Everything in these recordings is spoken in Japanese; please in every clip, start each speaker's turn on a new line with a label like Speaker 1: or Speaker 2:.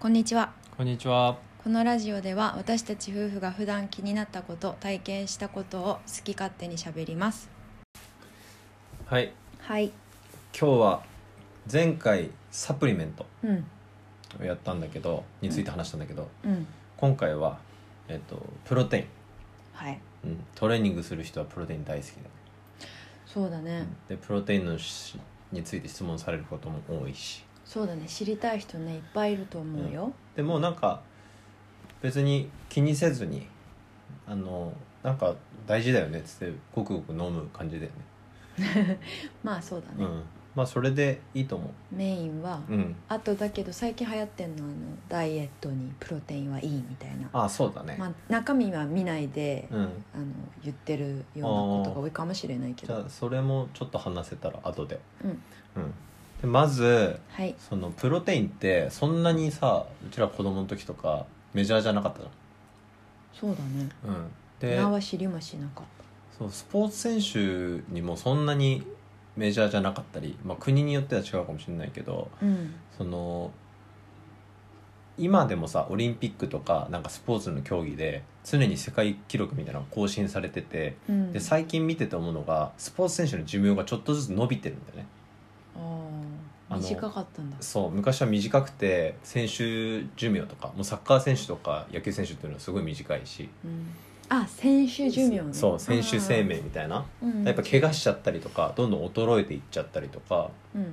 Speaker 1: こんにちは
Speaker 2: こんにちは。
Speaker 1: このラジオでは私たち夫婦が普段気になったこと体験したことを好き勝手にしゃべります
Speaker 2: はい。
Speaker 1: はい
Speaker 2: 今日は前回サプリメント
Speaker 1: うん
Speaker 2: をやったんだけど、について話したんだけど、
Speaker 1: うん
Speaker 2: 今回はえっとプロテ
Speaker 1: はい
Speaker 2: イン、うん、トレーニングする人はプロテイン大好きだね。
Speaker 1: そうだね、
Speaker 2: でプロテインのしについて質問されることも多いし、
Speaker 1: そうだね知りたい人ねいっぱいいると思うよ、
Speaker 2: でもなんか別に気にせずにあのなんか大事だよねっつってごくごく飲む感じだよね。
Speaker 1: まあそうだ
Speaker 2: う
Speaker 1: ね、
Speaker 2: ん。まあそれでいいと思
Speaker 1: メインは、
Speaker 2: う。うん。
Speaker 1: あとだけど最近流行ってんのあのダイエットにプロテインはいいみたいな、
Speaker 2: あそうだね。
Speaker 1: まあ、中身は見ないで、
Speaker 2: うん。
Speaker 1: あの言ってるようなことが多いかもしれないけ
Speaker 2: じ
Speaker 1: ど
Speaker 2: ゃあそれもちょっと話せたら後で
Speaker 1: うん
Speaker 2: うんでまず
Speaker 1: はい
Speaker 2: そのプロテインってそんなにさうちら子供の時とかメジャーじゃなかったじ
Speaker 1: そうだね
Speaker 2: ゃん、うん、で
Speaker 1: 名は知りもしなかっ
Speaker 2: そうスポーツ選手にもそんなにメジャーじゃなかったり、まあ、国によっては違うかもしれないけど
Speaker 1: たうん
Speaker 2: その今でもさオリンピックとかなんかスポーツの競技で常に世界記録みたいなのが更新されてて
Speaker 1: うん
Speaker 2: で最近見てて思うのがスポーツ選手の寿命がちょっとずつ伸びてるんだよね
Speaker 1: あ
Speaker 2: あ
Speaker 1: あ
Speaker 2: の
Speaker 1: 短かったんだ
Speaker 2: そう昔は短くて選手寿命とかもうサッカー選手とか野球選手っていうのはすごい短いし
Speaker 1: うんあ選手寿命ね
Speaker 2: そう選手生命みたいな
Speaker 1: あーうん
Speaker 2: やっぱ怪我しちゃったりとかどんどん衰えていっちゃったりとか
Speaker 1: うんうん
Speaker 2: っ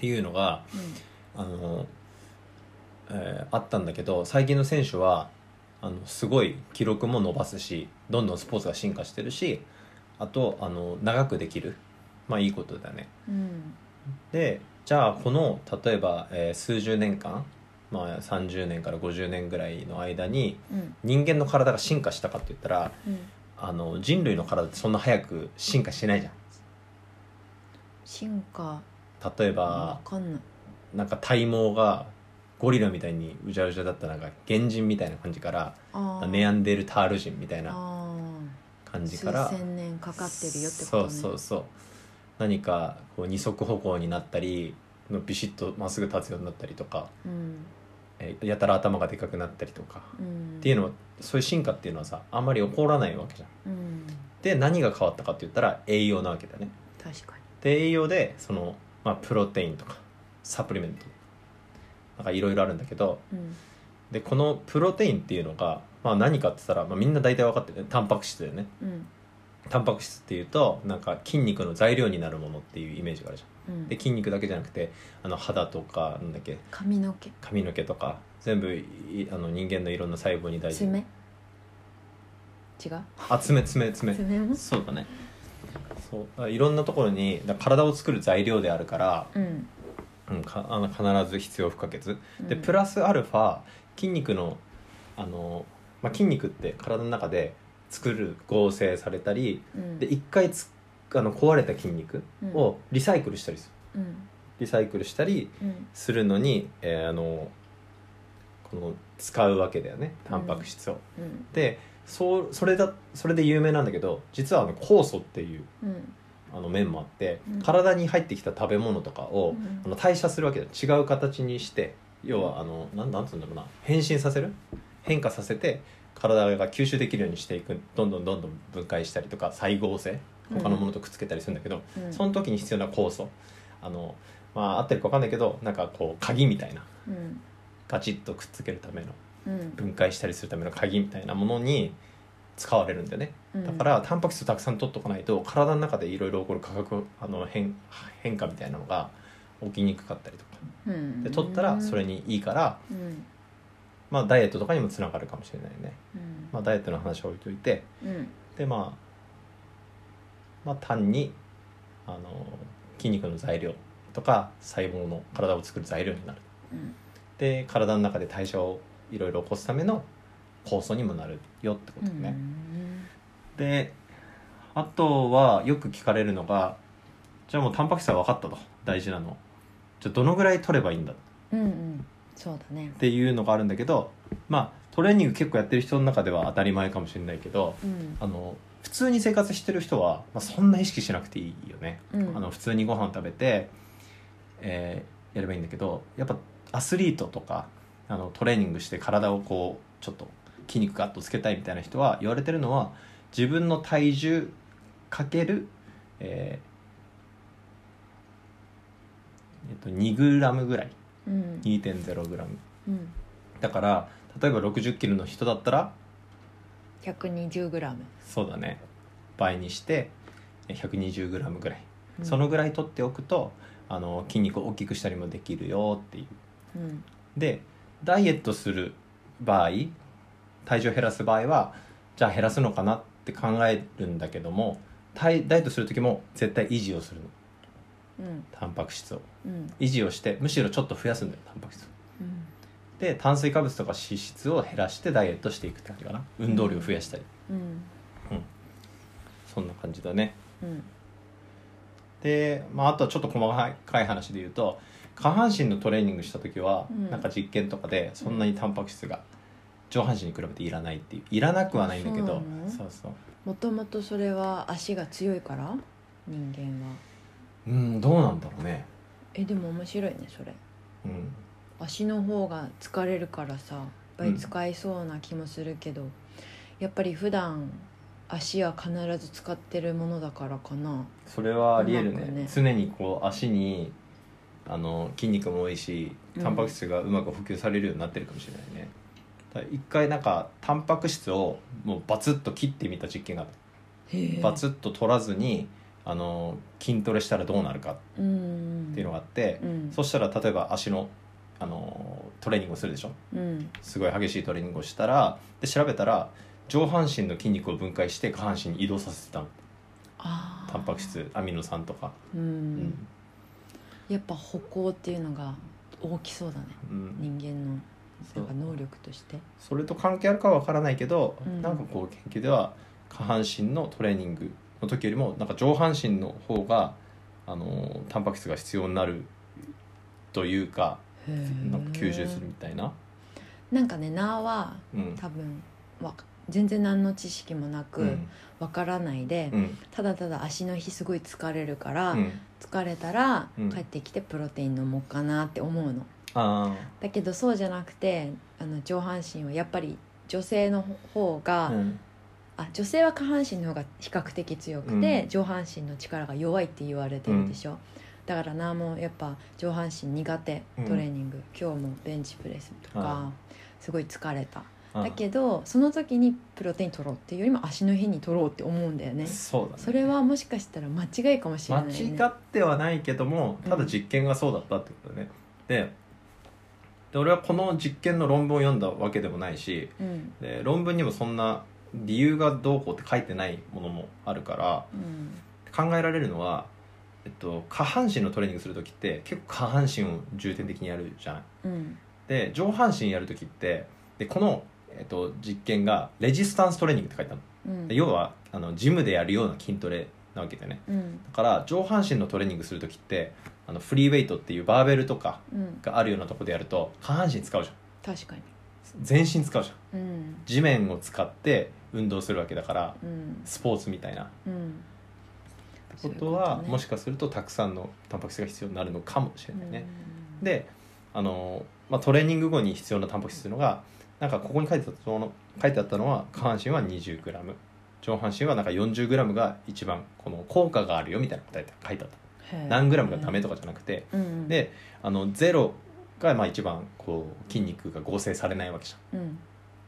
Speaker 2: ていうのがあの、えーあったんだけど最近の選手はあのすごい記録も伸ばすしどんどんスポーツが進化してるしあとあの長くできるまあいいことだね
Speaker 1: うん
Speaker 2: でじゃあこの例えば、えー数十年間、まあ、30年から50年ぐらいの間に
Speaker 1: うん
Speaker 2: 人間の体が進化したかって言ったら
Speaker 1: うん
Speaker 2: あの人類の体ってそんな早く進化してないじゃ
Speaker 1: 進化
Speaker 2: ん例えば
Speaker 1: わかんない
Speaker 2: なんか体毛がゴリラみたいにうじゃうじゃだったなんか原人みたいな感じから
Speaker 1: あー
Speaker 2: ネアンデルタール人みたいな
Speaker 1: あー
Speaker 2: 感じ
Speaker 1: 数
Speaker 2: から
Speaker 1: 千年かかってるよってことね
Speaker 2: そうそうそう何かこう二足歩行になったりのビシッとまっすぐ立つようになったりとか、
Speaker 1: うん
Speaker 2: えーやたら頭がでかくなったりとか
Speaker 1: うん
Speaker 2: っていうのはそういう進化っていうのはさあんまり起こらないわけじゃん。
Speaker 1: うん
Speaker 2: で何が変わったかって言ったら栄養なわけだよね。
Speaker 1: 確かに
Speaker 2: で栄養でその、まあ、プロテインとかサプリメントなんかいろいろあるんだけど
Speaker 1: うん
Speaker 2: でこのプロテインっていうのが、まあ、何かって言ったら、まあ、みんな大体分かってるタンパク質だよね。
Speaker 1: うん
Speaker 2: タンパク質っていうとなんか筋肉の材料になるものっていうイメージがあるじゃ
Speaker 1: うん
Speaker 2: ん。で筋肉だけじゃなくてあの肌とかなんだっけ
Speaker 1: 髪の毛
Speaker 2: 髪の毛とか全部いあの人間のいろんな細胞に大事
Speaker 1: 爪違う
Speaker 2: あ爪爪爪
Speaker 1: 爪も
Speaker 2: そうだねそうだからいろんなところにだから体を作る材料であるから、
Speaker 1: うん
Speaker 2: うん、かあの必ず必要不可欠で
Speaker 1: うん
Speaker 2: プラスアルファ筋肉のあの、まあ、筋肉って体の中で作る合成されたり
Speaker 1: うん
Speaker 2: で一回つあの壊れた筋肉をリサイクルしたりする
Speaker 1: うん
Speaker 2: リサイクルしたり
Speaker 1: うん
Speaker 2: するのに、えーあのこの使うわけだよねタンパク質を。
Speaker 1: うん
Speaker 2: でそうそれだそれで有名なんだけど実はあの酵素っていう
Speaker 1: うん
Speaker 2: あの面もあって、
Speaker 1: うん
Speaker 2: 体に入ってきた食べ物とかを、
Speaker 1: うん
Speaker 2: あの代謝するわけだ違う形にして要はあのなんなんつうんだろうな変身させる変化させて体が吸収できるようにしていくどんどんどんどん分解したりとか再合成他のものとくっつけたりするんだけど、
Speaker 1: うん
Speaker 2: その時に必要な酵素あのまあ合ってるか分かんないけどなんかこう鍵みたいな
Speaker 1: うん
Speaker 2: ガチッとくっつけるための
Speaker 1: うん
Speaker 2: 分解したりするための鍵みたいなものに使われるんだよね。
Speaker 1: うん
Speaker 2: だからタンパク質をたくさん取っとかないと体の中でいろいろ起こる化学あの変変化みたいなのが起きにくかったりとか
Speaker 1: うん
Speaker 2: で取ったらそれにいいから、
Speaker 1: うん
Speaker 2: まあ、ダイエットとかにもつながるかもしれないね、
Speaker 1: うん
Speaker 2: まあ、ダイエットの話は置いといて
Speaker 1: うん
Speaker 2: で、まあ、まあ単にあの筋肉の材料とか細胞の体を作る材料になる
Speaker 1: うん
Speaker 2: で体の中で代謝をいろいろ起こすための酵素にもなるよってことね。であとはよく聞かれるのがじゃあもうタンパク質は分かったと大事なのじゃあどのぐらい取ればいいんだっ
Speaker 1: うんうんそうだね
Speaker 2: ていうのがあるんだけどまあトレーニング結構やってる人の中では当たり前かもしれないけど
Speaker 1: うん
Speaker 2: あの普通に生活してる人は、まあ、そんな意識しなくていいよね、
Speaker 1: うん
Speaker 2: あの普通にご飯食べて、えーやればいいんだけどやっぱアスリートとかあのトレーニングして体をこうちょっと筋肉ガッとつけたいみたいな人は言われてるのは自分の体重かける、えーえっと、2g ぐらい
Speaker 1: うん、
Speaker 2: 2.0g
Speaker 1: うん、
Speaker 2: だから例えば6 0キロの人だったら
Speaker 1: 120g、
Speaker 2: そうだね倍にしてえ 120g ぐらい、
Speaker 1: うん、
Speaker 2: そのぐらい取っておくとあの筋肉を大きくしたりもできるよっていう
Speaker 1: うん
Speaker 2: でダイエットする場合体重を減らす場合はじゃあ減らすのかなって考えるんだけども体ダイエットする時も絶対維持をするの
Speaker 1: うん
Speaker 2: タンパク質を
Speaker 1: うん
Speaker 2: 維持をしてむしろちょっと増やすんだよタンパク質を
Speaker 1: うん
Speaker 2: で炭水化物とか脂質を減らしてダイエットしていくって感じかな運動量を増やしたり、
Speaker 1: うん
Speaker 2: そんな感じだね
Speaker 1: うん
Speaker 2: で、まあ、あとはちょっと細かい話で言うと下半身のトレーニングした時は、
Speaker 1: うん
Speaker 2: なんか実験とかでそんなにタンパク質が上半身に比べていらないっていういらなくはないんだけ
Speaker 1: そう
Speaker 2: ど
Speaker 1: なの
Speaker 2: そうそう
Speaker 1: もともとそれは足が強いから人間は
Speaker 2: うんどうなんだろうね
Speaker 1: えでも面白いねそれ
Speaker 2: うん
Speaker 1: 足の方が疲れるからさいっぱい使いそうな気もするけど、やっぱり普段足は必ず使ってるものだからかな
Speaker 2: それはありえるね
Speaker 1: うまくね
Speaker 2: 常にこう足にあの筋肉も多いし
Speaker 1: うん
Speaker 2: タンパク質がうまく補給されるようになってるかもしれないね、だから一回なんかタンパク質をもうバツッと切ってみた実験があった
Speaker 1: へえ
Speaker 2: バツッと取らずにあの筋トレしたらどうなるか
Speaker 1: うん
Speaker 2: っていうのがあって、
Speaker 1: うん
Speaker 2: そしたら例えば足のあのトレーニングをするでしょ
Speaker 1: うん
Speaker 2: すごい激しいトレーニングをしたらで調べたら上半身の筋肉を分解して下半身に移動させてたの
Speaker 1: あー
Speaker 2: タンパク質アミノ酸とか、
Speaker 1: うん、
Speaker 2: うん
Speaker 1: やっぱ歩行っていうのが大きそうだね
Speaker 2: うん
Speaker 1: 人間の
Speaker 2: そ
Speaker 1: な
Speaker 2: うん
Speaker 1: か能力として
Speaker 2: それと関係あるかは分からないけど、
Speaker 1: うん
Speaker 2: なんかこう研究では下半身のトレーニングの時よりもなんか上半身の方があのタンパク質が必要になるというか
Speaker 1: へえ
Speaker 2: なんか吸収するみたいな、
Speaker 1: なんかねなーは
Speaker 2: うん
Speaker 1: 多分わか全然何の知識もな
Speaker 2: う
Speaker 1: く
Speaker 2: ん
Speaker 1: わからないで、
Speaker 2: うん
Speaker 1: ただただ足の日すごい疲れるから、
Speaker 2: うん、
Speaker 1: 疲れたら
Speaker 2: うん
Speaker 1: 帰ってきてプロテイン飲もうかなって思うの
Speaker 2: あ
Speaker 1: だけどそうじゃなくてあの上半身はやっぱり女性の方が、
Speaker 2: あ、うん
Speaker 1: あ女性は下半身の方が比較的強くて、
Speaker 2: うん
Speaker 1: 上半身の力が弱いって言われてるでしょ、だからなもやっぱ上半身苦手
Speaker 2: うん
Speaker 1: トレーニング、今日もベンチプレスとか、
Speaker 2: は
Speaker 1: すごい疲れた
Speaker 2: あ
Speaker 1: だけどその時にプロテイン取ろうっていうよりも足の日に取ろうって思うんだよね
Speaker 2: そうだね
Speaker 1: それはもしかしたら間違いかもしれ
Speaker 2: 間
Speaker 1: ない
Speaker 2: 違
Speaker 1: ね
Speaker 2: ってはないけどもただ実験がそうだったってことだね、でで俺はこの実験の論文を読んだわけでもないし
Speaker 1: うん
Speaker 2: で論文にもそんな理由がどうこうって書いてないものもあるから
Speaker 1: うん
Speaker 2: 考えられるのは、えっと、下半身のトレーニングする時って結構下半身を重点的にやるじゃん
Speaker 1: うん
Speaker 2: で上半身やる時ってでこの、えっと、実験がレジスタンストレーニングって書いてある
Speaker 1: うん
Speaker 2: ので要はあのジムでやるような筋トレなわけだよね
Speaker 1: うん
Speaker 2: だから上半身のトレーニングする時ってあのフリーウェイトっていうバーベルとか
Speaker 1: うん
Speaker 2: があるようなとこでやると下半身使うじゃん
Speaker 1: 確かに
Speaker 2: 全身使うじゃん
Speaker 1: うん
Speaker 2: 地面を使って運動するわけだから
Speaker 1: うん
Speaker 2: スポーツみたいな
Speaker 1: うん
Speaker 2: こ
Speaker 1: そういうこと
Speaker 2: とは
Speaker 1: ね
Speaker 2: もしかするとたくさんのタンパク質が必要になるのかもしれないね、であの、まあ、トレーニング後に必要なタンパク質というのがなんかここに書いてあったの書いてあったのは下半身は 20g 上半身はなんか 40g が一番この効果があるよみたいなこと書いてあった何 g がダメ
Speaker 1: と
Speaker 2: とかじゃなくて
Speaker 1: うん
Speaker 2: であの0がまあ一番こう筋肉が合成されないわけじゃん。
Speaker 1: うん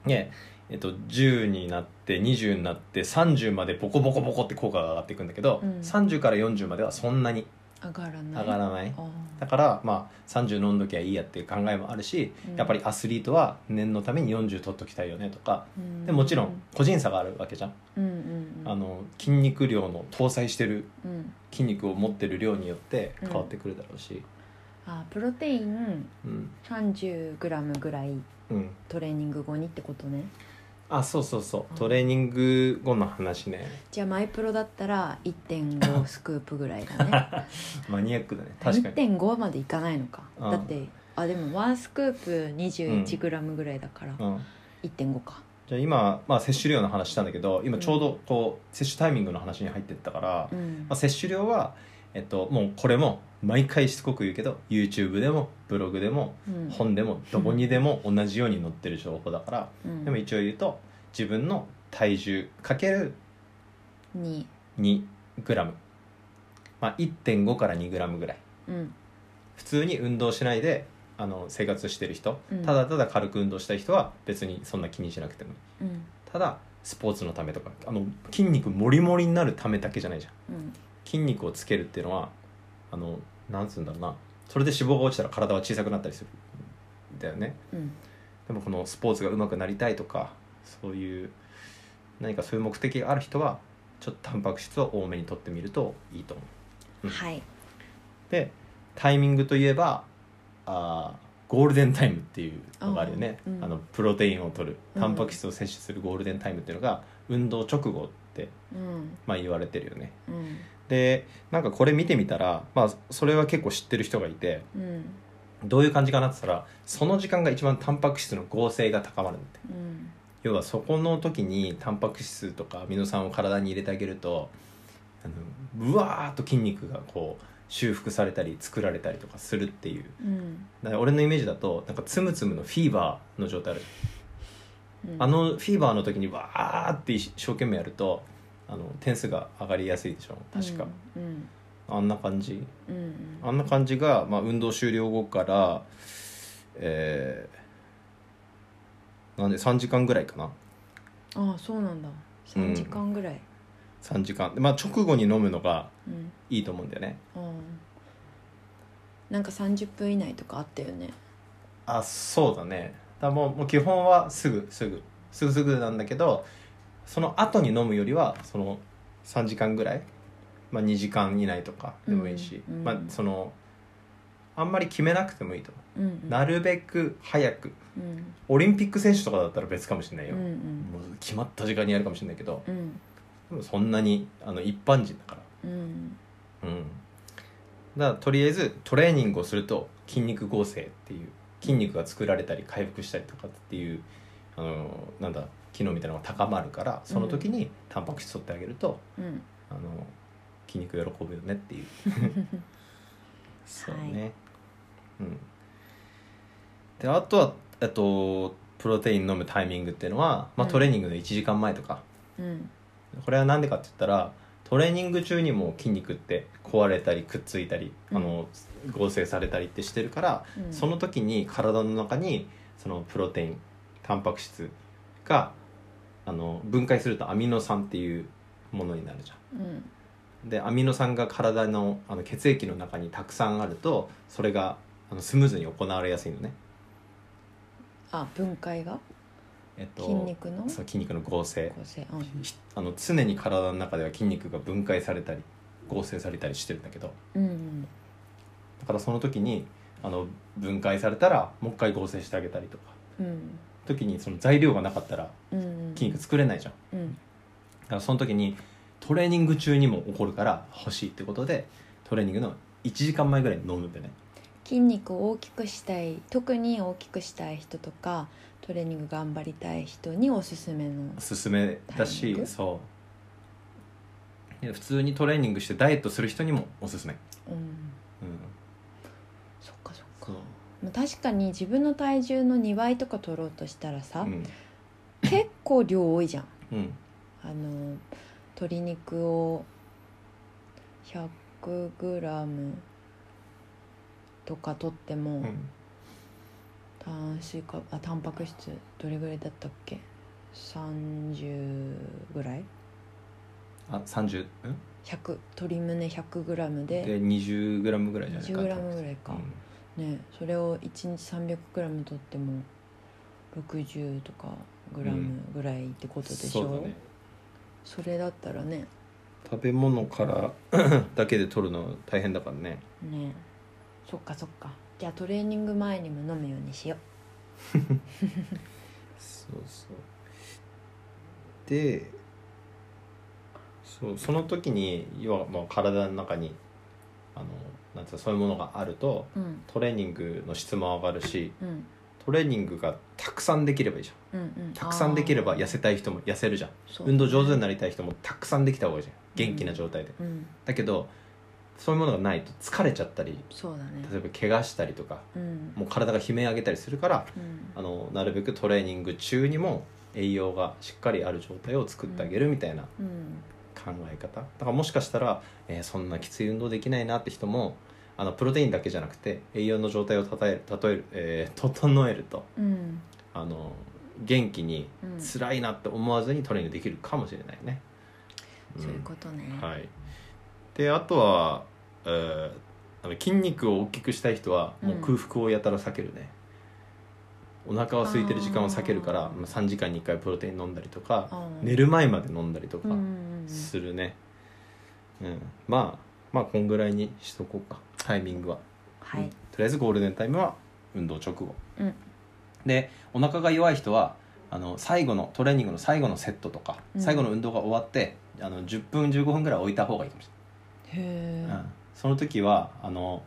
Speaker 2: でえっと、10になって20になって30までボコボコボコって効果が上がっていくんだけど、
Speaker 1: うん
Speaker 2: 30から40まではそんなに
Speaker 1: 上がらない
Speaker 2: 上がらない、
Speaker 1: あ
Speaker 2: だから、まあ、30飲んどきゃいいやっていう考えもあるし、
Speaker 1: うん
Speaker 2: やっぱりアスリートは念のために40取っときたいよねとか
Speaker 1: ー
Speaker 2: でもちろん個人差があるわけじゃん、
Speaker 1: うんうんうん
Speaker 2: あの筋肉量の搭載してる
Speaker 1: うん
Speaker 2: 筋肉を持ってる量によって変わってくるだろうし、
Speaker 1: あプロテイン
Speaker 2: うん
Speaker 1: 3 0ムぐらい
Speaker 2: うん、
Speaker 1: トレーニング後にってことね
Speaker 2: あそうそうそ
Speaker 1: うん
Speaker 2: うトレーニング後の話ね
Speaker 1: じゃあマイプロだったら1.5スクープぐらいだね
Speaker 2: マニアックだね 確かに
Speaker 1: 1.5までいかないのか
Speaker 2: うん
Speaker 1: だってあでも1スクープ2 1ムぐらいだから
Speaker 2: うん
Speaker 1: 1.5か
Speaker 2: じゃあ今、まあ、摂取量の話したんだけど今ちょうどこう摂取タイミングの話に入ってったから、
Speaker 1: うん
Speaker 2: まあ、摂取量は、えっと、もうこれも毎回しつこく言うけど YouTube でもブログでも
Speaker 1: うん
Speaker 2: 本でもどこにでも同じように載ってる情報だから、
Speaker 1: うん
Speaker 2: でも一応言うと自分の体重かける
Speaker 1: に
Speaker 2: 2g まあ1.5から 2g ぐらい
Speaker 1: うん
Speaker 2: 普通に運動しないであの生活してる人、
Speaker 1: うん
Speaker 2: ただただ軽く運動したい人は別にそんな気にしなくてもいい
Speaker 1: うん
Speaker 2: ただスポーツのためとかあの筋肉もりもりになるためだけじゃないじゃん
Speaker 1: うん
Speaker 2: 筋肉をつけるっていうのはあのなんつうんだろうなそれで脂肪が落ちたら体は小さくなったりするんだよね
Speaker 1: うん
Speaker 2: でもこのスポーツが上手くなりたいとかそういう何かそういう目的がある人はちょっとタンパク質を多めに取ってみるといいと思ううん
Speaker 1: はい
Speaker 2: でタイミングといえばあーゴールデンタイムっていうのがあるよね
Speaker 1: あーうん
Speaker 2: あのプロテインを取る
Speaker 1: うん
Speaker 2: タンパク質を摂取するゴールデンタイムっていうのが運動直後って、
Speaker 1: うん
Speaker 2: まあ、言われてるよね
Speaker 1: うん
Speaker 2: でなんかこれ見てみたら、まあ、それは結構知ってる人がいて
Speaker 1: うん
Speaker 2: どういう感じかなって言ったらその時間が一番タンパク質の合成が高まるんだっ
Speaker 1: う
Speaker 2: て
Speaker 1: ん
Speaker 2: 要はそこの時にタンパク質とかアミノ酸を体に入れてあげるとあのうわーっと筋肉がこう修復されたり作られたりとかするっていう
Speaker 1: うん
Speaker 2: だから俺のイメージだとなんかツムツムのフィーバーの状態ある
Speaker 1: うん
Speaker 2: あのフィーバーの時にわーって一生懸命やるとあの点数が上がりやすいでしょ確か、
Speaker 1: うん
Speaker 2: あんな感じ
Speaker 1: うんうん
Speaker 2: あんな感じが、まあ、運動終了後から、えーなんで3時間ぐらいかな
Speaker 1: ああそうなんだ3時間ぐらい
Speaker 2: 3時間で、まあ、直後に飲むのが
Speaker 1: うん
Speaker 2: いいと思うんだよね
Speaker 1: うんなんか30分以内とかあったよね
Speaker 2: あそうだねだからもうもう基本はすぐすぐすぐすぐなんだけどその後に飲むよりはその3時間ぐらい、まあ、2時間以内とかでもいいし、
Speaker 1: うんうん
Speaker 2: まあ、そのあんまり決めなくてもいいと思
Speaker 1: うんう
Speaker 2: うんなるべく早く
Speaker 1: うん
Speaker 2: オリンピック選手とかだったら別かもしれない
Speaker 1: うんう
Speaker 2: よ、
Speaker 1: ん
Speaker 2: もう決まった時間にやるかもしれないけど
Speaker 1: うん
Speaker 2: でもそんなにあの一般人だか
Speaker 1: うん
Speaker 2: らうんだからとりあえずトレーニングをすると筋肉合成っていう筋肉が作られたり回復したりとかっていうあのなんだ機能みたいなのが高まるからその時にタンパク質取ってあげると、
Speaker 1: うん
Speaker 2: あの筋肉喜ぶよねっていうそうね、うんであとはえっとプロテイン飲むタイミングっていうのは、まあ、
Speaker 1: うん
Speaker 2: トレーニングの1時間前とか、
Speaker 1: うん
Speaker 2: これは何でかって言ったらトレーニング中にも筋肉って壊れたりくっついたり、
Speaker 1: うん
Speaker 2: あの合成されたりってしてるから、
Speaker 1: うん
Speaker 2: その時に体の中にそのプロテインタンパク質があの分解するとアミノ酸っていうものになるじゃ
Speaker 1: うん
Speaker 2: ん。でアミノ酸が体のあの血液の中にたくさんあるとそれがあのスムーズに行われやすいのね。
Speaker 1: あ分解が
Speaker 2: えっと、
Speaker 1: 筋肉の
Speaker 2: そう筋肉の合成
Speaker 1: 構成うん
Speaker 2: ひあの常に体の中では筋肉が分解されたり合成されたりしてるんだけど
Speaker 1: うん
Speaker 2: だからその時にあの分解されたらもう一回合成してあげたりとか
Speaker 1: うん
Speaker 2: 時にその材料がなかったら
Speaker 1: うん
Speaker 2: 筋肉作れないじゃんだ
Speaker 1: うん
Speaker 2: からその時にトレーニング中にも起こるから欲しいってことでトレーニングの1時間前ぐらいに飲むんでね
Speaker 1: 筋肉を大きくしたい特に大きくしたい人とかトレーニング頑張りたい人におすすめの
Speaker 2: おすすめ
Speaker 1: タイミ
Speaker 2: だ
Speaker 1: ン
Speaker 2: し
Speaker 1: グ
Speaker 2: そうで普通にトレーニングしてダイエットする人にもおすすめ、
Speaker 1: うん
Speaker 2: うん、
Speaker 1: そっかそっか
Speaker 2: そう、
Speaker 1: まあ確かに自分の体重の2倍とか取ろうとしたらさ、
Speaker 2: うん
Speaker 1: 結構量多いじゃん
Speaker 2: うん、
Speaker 1: あの鶏肉を 100g とか取っても、
Speaker 2: うん
Speaker 1: 炭水化あタンパク質どれぐらいだったっけ30ぐらい
Speaker 2: あ30うん
Speaker 1: 100鶏胸 100g で
Speaker 2: で 20g ぐらいじゃない
Speaker 1: 20g ぐらいか、
Speaker 2: うん
Speaker 1: ねそれを1日 300g 取っても60とかグラムぐらいってことでしょ、
Speaker 2: そうだね
Speaker 1: それだったらね
Speaker 2: 食べ物から だけで取るの大変だからね
Speaker 1: ねそっかそっかじゃあトレーニング前にも飲むようにしよ
Speaker 2: そうそうでそうその時に要はもう体の中にあのなんていうのそういうものがあると
Speaker 1: ううん
Speaker 2: トレーニングの質も上がるし
Speaker 1: うん
Speaker 2: トレーニングがたくさんできればいいじゃん
Speaker 1: うんうん
Speaker 2: たくさんできれば
Speaker 1: あー
Speaker 2: 痩せたい人も痩せるじゃん
Speaker 1: そう
Speaker 2: 運動上手になりたい人もたくさんできた方がいいじゃん元気な状態で、
Speaker 1: うん
Speaker 2: だけどそういうものがないと疲れちゃったり
Speaker 1: そうだね
Speaker 2: 例えば怪我したりとか
Speaker 1: うん
Speaker 2: もう体が悲鳴上げたりするから
Speaker 1: うん
Speaker 2: あのなるべくトレーニング中にも栄養がしっかりある状態を作ってあげるみたいな
Speaker 1: うん
Speaker 2: 考え方だからもしかしたら、えーそんなきつい運動できないなって人もあのプロテインだけじゃなくて栄養の状態をたたえる例える、えー整えると
Speaker 1: うん
Speaker 2: あの元気に
Speaker 1: うんそ
Speaker 2: 辛いなって思わずにトレーニングできるかもしれないね。
Speaker 1: ういうことね
Speaker 2: うんはい、であとは、えーあの筋肉を大きくしたい人はもう空腹をやたら避けるね、お腹は空いてる時間を避けるから
Speaker 1: あー
Speaker 2: まあ3時間に1回プロテイン飲んだりとか
Speaker 1: あー
Speaker 2: 寝る前まで飲んだりとか
Speaker 1: うんうんうん
Speaker 2: するね、うんまあまあこんぐらいにしとこうかタイミングは、
Speaker 1: は
Speaker 2: うん
Speaker 1: い
Speaker 2: とりあえずゴールデンタイムは運動直後、
Speaker 1: うん
Speaker 2: でお腹が弱い人はあの最後のトレーニングの最後のセットとか、
Speaker 1: うん
Speaker 2: 最後の運動が終わってあの10分15分ぐらい置いた方がいいかもし
Speaker 1: へ
Speaker 2: れ
Speaker 1: え
Speaker 2: ない、うんその時はあの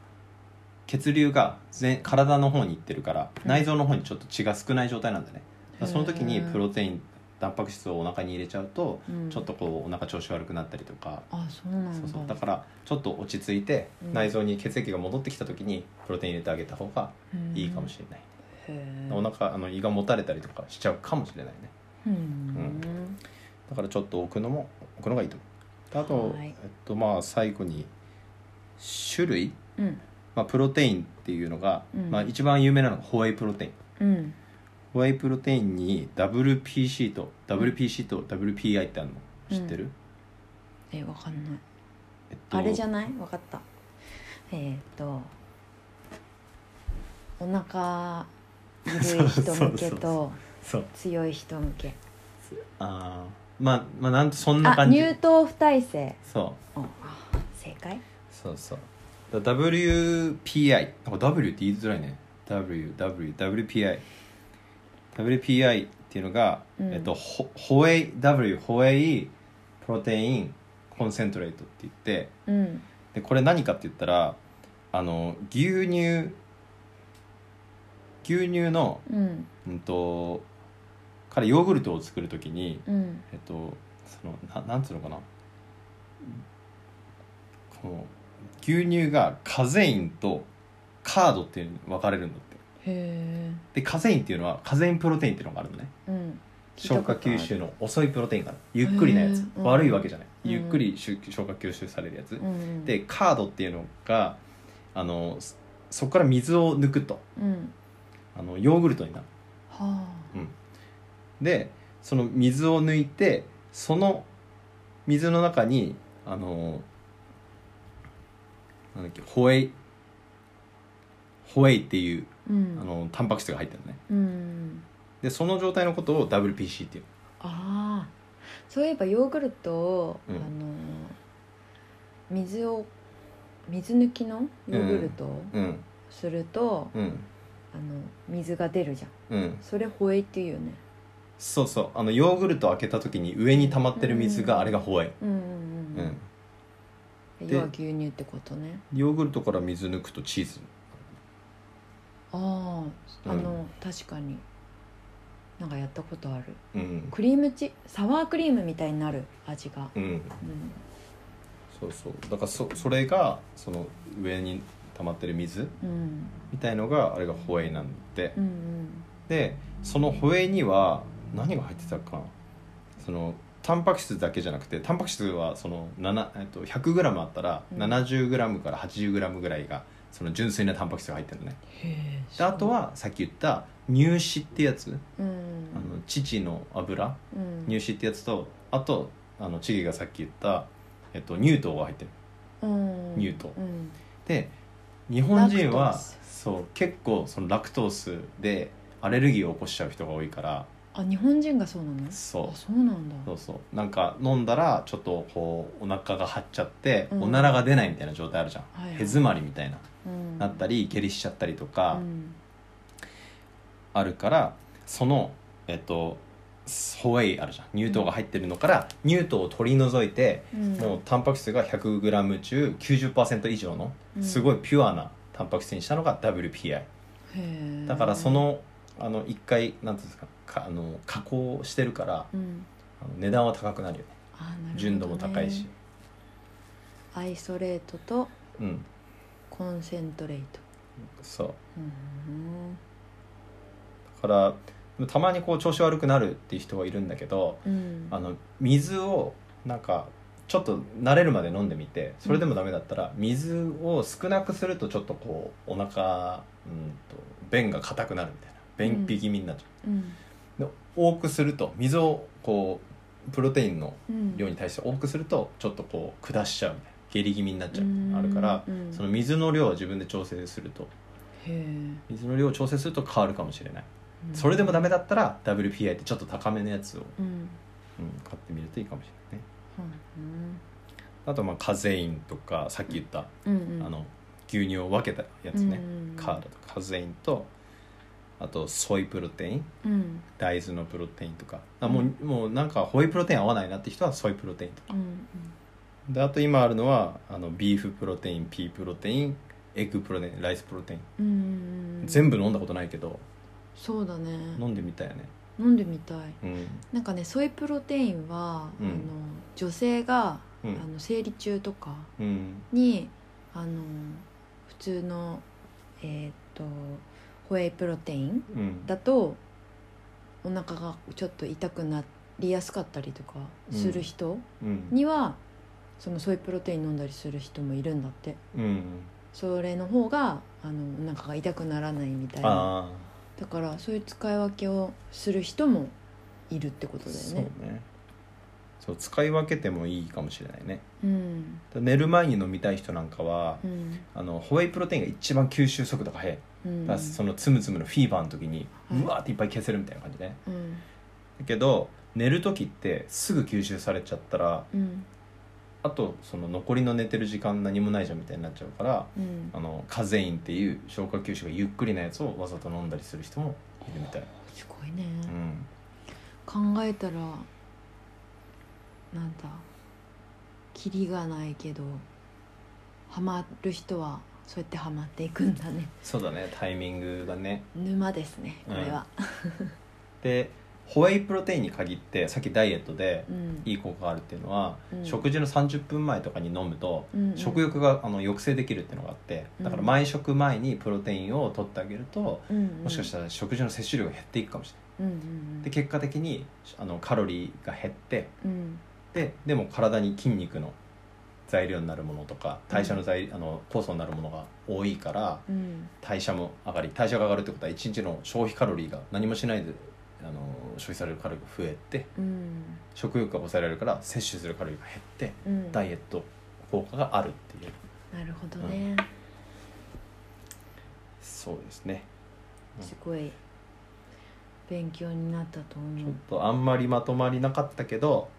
Speaker 2: 血流が全体の方に行ってるから、
Speaker 1: うん
Speaker 2: 内臓の方にちょっと血が少ない状態なんだねだからその時に
Speaker 1: へー
Speaker 2: プロテインタンパク質をお腹に入れちゃうと、
Speaker 1: うん
Speaker 2: ちょっとこうお腹調子悪くなったりとか、
Speaker 1: あそうなん
Speaker 2: そう
Speaker 1: だ
Speaker 2: そうだからちょっと落ち着いて
Speaker 1: うん
Speaker 2: 内臓に血液が戻ってきた時にプロテイン入れてあげた方がいいかもしれない、
Speaker 1: れない
Speaker 2: お腹あの胃がもたれたりとかしちゃうかもしれないね
Speaker 1: うん
Speaker 2: だからちょっと置くのも置くのがいいと思うであと、
Speaker 1: はい
Speaker 2: えっとまあ最後に種類、
Speaker 1: うん
Speaker 2: まあ、プロテインっていうのが、
Speaker 1: うん
Speaker 2: まあ、一番有名なのがホワイプロテイン
Speaker 1: うん
Speaker 2: ホワイプロテインに WPC と WPC と WPI ってあるの知ってる、
Speaker 1: えわかんない
Speaker 2: えっと
Speaker 1: あれじゃないわかったえーっとお腹緩い人向け
Speaker 2: そうそうそ
Speaker 1: と
Speaker 2: そう
Speaker 1: 強い人向け
Speaker 2: あーまあまあなんとそんな
Speaker 1: あ
Speaker 2: 感じ
Speaker 1: 乳糖不耐性
Speaker 2: そう
Speaker 1: おあ正解
Speaker 2: そうそうだ WPI なんか W って言いづらいね WWWPI WPI っていうのが、
Speaker 1: うん
Speaker 2: えっと、ホホエイ W ホエイプロテインコンセントレートって言って
Speaker 1: うん
Speaker 2: でこれ何かって言ったらあの牛乳牛乳の、
Speaker 1: うん
Speaker 2: うん、とからヨーグルトを作る時に
Speaker 1: うん
Speaker 2: えっとそのななんつうのかなこの牛乳がカゼインとカードっていうのに分かれるんだっ
Speaker 1: へえ
Speaker 2: てでカゼインっていうのはカゼインプロテインっていうのがあるのね
Speaker 1: うん
Speaker 2: 消化吸
Speaker 1: 聞い
Speaker 2: 収の遅いプロテインがあるゆっくりなや
Speaker 1: へ
Speaker 2: つ
Speaker 1: ーうん
Speaker 2: 悪いわけじゃない
Speaker 1: うん
Speaker 2: ゆっくり消消化吸収されるや
Speaker 1: た
Speaker 2: つ
Speaker 1: ことあるうん
Speaker 2: でカードっていうのがあのそそこから水を抜くと
Speaker 1: うん
Speaker 2: あのヨーグルトになる
Speaker 1: は
Speaker 2: でその水を抜いてその水の中にあのなんだっけホエイホエイっていう
Speaker 1: あう
Speaker 2: あ
Speaker 1: ん
Speaker 2: のタンパク質が入ってるのね
Speaker 1: うん
Speaker 2: でその状態のことを WPC っていう
Speaker 1: ああそういえばヨーグルトを、
Speaker 2: うん
Speaker 1: あの水を水抜きのヨーグルトを
Speaker 2: うん
Speaker 1: すると、
Speaker 2: うん
Speaker 1: あの水が出るじゃん
Speaker 2: うん
Speaker 1: それホエイっていうよね
Speaker 2: そうそうあのヨーグルトを開けた時に上に溜まってる水
Speaker 1: う
Speaker 2: が
Speaker 1: ん
Speaker 2: あれがホエイ、
Speaker 1: うんうんう
Speaker 2: う
Speaker 1: ん
Speaker 2: ん、
Speaker 1: うん
Speaker 2: で
Speaker 1: 要は牛乳ってことね
Speaker 2: ヨーグルトから水抜くとチーズ
Speaker 1: あああ
Speaker 2: う
Speaker 1: の、確かになんかやったことある
Speaker 2: うん
Speaker 1: クリームチサワークリームみたいになる味が
Speaker 2: うん
Speaker 1: うん
Speaker 2: そうそうだからそそれがその上に溜まってる水
Speaker 1: うん
Speaker 2: みたいのがあれがホエイなんで、
Speaker 1: うんうん
Speaker 2: でそのホエイには何が入ってたかなそのタンパク質だけじゃなくてタンパク質はその、7えっと、100g あったら
Speaker 1: うん
Speaker 2: 70g から 80g ぐらいがその純粋なタンパク質が入ってるのね
Speaker 1: へえ
Speaker 2: であとはさっき言った乳脂ってやつ、
Speaker 1: うん
Speaker 2: あの乳の油
Speaker 1: うん
Speaker 2: 乳脂ってやつとあとあのチゲがさっき言った、えっと、乳糖が入ってる
Speaker 1: うん
Speaker 2: 乳糖
Speaker 1: うん
Speaker 2: で日本人
Speaker 1: ラ
Speaker 2: は
Speaker 1: クトース
Speaker 2: そう結構そのラクトースでアレルギーを起こしちゃう人が多いから
Speaker 1: あ日本人がそうなの
Speaker 2: そう
Speaker 1: あそうなんだ
Speaker 2: そうそうなんか飲んだらちょっとこうお腹が張っちゃって、
Speaker 1: うん
Speaker 2: おならが出ないみたいな状態あるじゃん、
Speaker 1: はいはい
Speaker 2: へずまりみたいな、
Speaker 1: うん
Speaker 2: なったり下痢しちゃったりとか
Speaker 1: うん
Speaker 2: あるから、そのえっとホエイあるじゃん乳糖が入ってるのから、乳糖を取り除いて、
Speaker 1: うん
Speaker 2: もうタンパク質が 100g 中90%以上の
Speaker 1: うん
Speaker 2: すごいピュアなタンパク質にしたのが WPI、
Speaker 1: へえ
Speaker 2: だからそのあの一回なんていうんですかかあの加工してるから
Speaker 1: うん
Speaker 2: あの値段は高くなるよね
Speaker 1: あなるほどね
Speaker 2: 純度も高いし。
Speaker 1: アイソレートと
Speaker 2: うん
Speaker 1: コンセントレート
Speaker 2: そう
Speaker 1: うん
Speaker 2: だからたまにこう調子悪くなるっていう人はいるんだけど
Speaker 1: うん
Speaker 2: あの水をなんかちょっと慣れるまで飲んでみてそれでもダメだったら水を少なくするとちょっとこうお腹うんと便が硬くなるみたいな便秘気味になっちゃ
Speaker 1: うん
Speaker 2: う、で多くすると水をこうプロテインの
Speaker 1: うん
Speaker 2: 量に対して多くするとちょっとこう下しちゃうみたいな下痢気味になっちゃう
Speaker 1: う
Speaker 2: み
Speaker 1: ん
Speaker 2: たいなのあるか
Speaker 1: うん
Speaker 2: らその水の量は自分で調整すると
Speaker 1: へ
Speaker 2: 水の量を調整すると変わるかもしれない
Speaker 1: え
Speaker 2: それでもダメだったら WPI ってちょっと高めのやつを、
Speaker 1: うん
Speaker 2: うん、買ってみるといいかもしれないね
Speaker 1: うん
Speaker 2: あとまあカゼインとかさっき言った、
Speaker 1: うんうん
Speaker 2: あの牛乳を分けたやつね、
Speaker 1: うんうん
Speaker 2: カードとかカゼインとあとソイプロテイン
Speaker 1: うん
Speaker 2: 大豆のプロテインとかあもう,、もうなんかホイプロテイン合わないなって人はソイプロテインとか
Speaker 1: うんうん
Speaker 2: であと今あるのはあのビーフプロテインピープロテインエッグプロテインライスプロテイン、
Speaker 1: うんうんうん
Speaker 2: 全部飲んだことないけど
Speaker 1: そうだね
Speaker 2: 飲んでみたいよね
Speaker 1: 飲んでみたい
Speaker 2: うん
Speaker 1: なんかねソイプロテインは、
Speaker 2: うん
Speaker 1: あの女性が、
Speaker 2: う
Speaker 1: あ
Speaker 2: ん
Speaker 1: の生理中とか
Speaker 2: うん
Speaker 1: にあの普通のえーっとホエイプロテイン
Speaker 2: うん
Speaker 1: だとお腹がちょっと痛くなりやすかったりとかする人
Speaker 2: うん
Speaker 1: には、そのソイプロテイン飲んだりする人もいるんだって
Speaker 2: うん
Speaker 1: それの方があのお腹が痛くならないみたいな
Speaker 2: ああ
Speaker 1: だからそういう使い分けをする人もいるってことだよ
Speaker 2: そう
Speaker 1: ね
Speaker 2: ねそう使い分けてもいいかもしれないね
Speaker 1: うん
Speaker 2: 寝る前に飲みたい人なんかは、
Speaker 1: うん
Speaker 2: あのホエイプロテインが一番吸収速度が速い、
Speaker 1: うん
Speaker 2: だからそのつむつむのフィーバーの時に
Speaker 1: はいう
Speaker 2: わーっていっぱい消せるみたいな感じね
Speaker 1: うん
Speaker 2: だけど寝る時ってすぐ吸収されちゃったら
Speaker 1: うん
Speaker 2: あとその残りの寝てる時間何もないじゃんみたいになっちゃうから
Speaker 1: うん
Speaker 2: あのカゼインっていう消化吸収がゆっくりなやつをわざと飲んだりする人もいるみたい、
Speaker 1: すごいね、
Speaker 2: うん、
Speaker 1: 考えたらなんだキリがないけどハマる人はそうやってハマっていくんだね
Speaker 2: そうだねタイミングがね
Speaker 1: 沼ですねこれは、
Speaker 2: でホエイプロテインに限ってさっきダイエットで
Speaker 1: うん
Speaker 2: いい効果があるっていうのは、
Speaker 1: うん
Speaker 2: 食事の30分前とかに飲むと、
Speaker 1: うんうん
Speaker 2: 食欲があの抑制できるっていうのがあってだから
Speaker 1: うん
Speaker 2: 毎食前にプロテインを取ってあげると、もしかしたたら食事の摂取量が減っていくかもしれない
Speaker 1: ら、うんうん
Speaker 2: で結果的にあのカロリーが減って
Speaker 1: うん
Speaker 2: ででも体に筋肉の材料になるものとか代謝の材、あの酵素になるものが多いから
Speaker 1: うん
Speaker 2: 代謝も上がり代謝が上がるってことは1日の消費カロリーが何もしないであの消費されるカロリーが増えて
Speaker 1: うん
Speaker 2: 食欲が抑えられるから摂取するカロリーが減って
Speaker 1: うん
Speaker 2: ダイエット効果があるっていう
Speaker 1: なるほどね、
Speaker 2: そうですねうん
Speaker 1: すごい勉強になったと
Speaker 2: ち
Speaker 1: 思
Speaker 2: ょっ
Speaker 1: う
Speaker 2: とあんまりまとまりなかったけど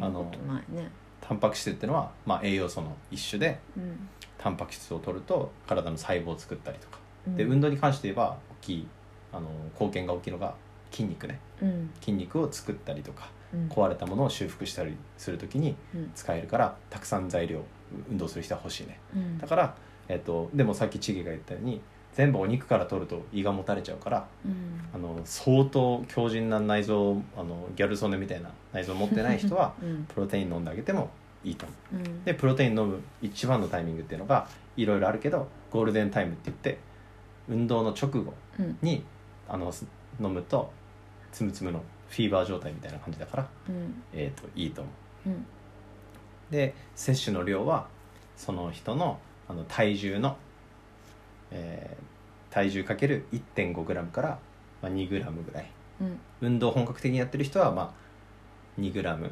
Speaker 2: あの
Speaker 1: そんなことないね
Speaker 2: タンパク質っていうのは、まあ、栄養素の一種で
Speaker 1: うん
Speaker 2: タンパク質を取ると体の細胞を作ったりとかで
Speaker 1: うん
Speaker 2: 運動に関して言えば大きいあの貢献が大きいのが筋肉ね
Speaker 1: うん
Speaker 2: 筋肉を作ったりとか
Speaker 1: うん
Speaker 2: 壊れたものを修復したりする時に
Speaker 1: うん
Speaker 2: 使えるからたくさん材料運動する人は欲しいね
Speaker 1: うん
Speaker 2: だから、えっとでもさっきチゲが言ったように全部お肉から取ると胃がもたれちゃうから
Speaker 1: うん
Speaker 2: あの相当強靭な内臓あのギャル曽根みたいな内臓を持ってない人 は
Speaker 1: うん
Speaker 2: プロテイン飲んであげてもいいと思う
Speaker 1: うん
Speaker 2: でプロテイン飲む一番のタイミングっていうのがいろいろあるけどゴールデンタイムって言って運動の直後
Speaker 1: うん
Speaker 2: にあのす飲むとつむつむのフィーバー状態みたいな感じだから、
Speaker 1: うん
Speaker 2: えー、といいと思
Speaker 1: うん
Speaker 2: うで摂取の量はその人のあの体重の、えー体重かける 1.5g から、まあ、2g ぐらい
Speaker 1: うん
Speaker 2: 運動本格的にやってる人はまあ 2g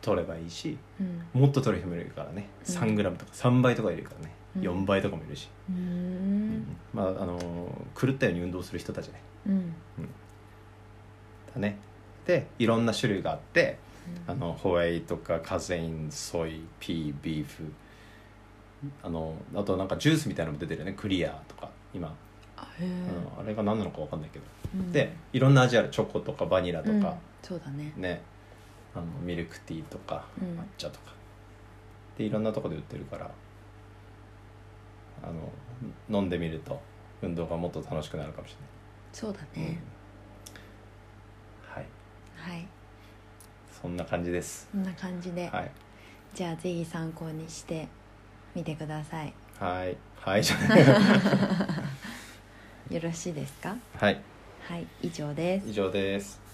Speaker 2: 取ればいいし
Speaker 1: うん
Speaker 2: もっと取る人もいるからね
Speaker 1: うん
Speaker 2: 3g とか3倍とかいるからね、
Speaker 1: うん
Speaker 2: 4倍とかもいるし、
Speaker 1: うーん
Speaker 2: まああのー狂ったように運動する人たちね
Speaker 1: うん
Speaker 2: だねでいろんな種類があってあのホワイとかカゼインソイピービーフあのあとなんかジュースみたいなのも出てるよねクリアとか今、
Speaker 1: あへ
Speaker 2: あ
Speaker 1: え
Speaker 2: のあれが何なのか分かんないけど、
Speaker 1: うん
Speaker 2: でいろんな味あるチョコとかバニラと
Speaker 1: うん
Speaker 2: か、
Speaker 1: そうだね
Speaker 2: ねあのミルクティーとか
Speaker 1: うん
Speaker 2: 抹茶とか、でいろんなとこで売ってるからあの飲んでみると運動がもっと楽しくなるかもし
Speaker 1: そうだ
Speaker 2: れない、
Speaker 1: ね
Speaker 2: うんはい
Speaker 1: はい
Speaker 2: そんな感じです
Speaker 1: こんな感じで
Speaker 2: はい
Speaker 1: じゃあぜひ参考にして見てください
Speaker 2: はいはいじゃない
Speaker 1: よろしいですか
Speaker 2: はい
Speaker 1: はい以上です
Speaker 2: 以上です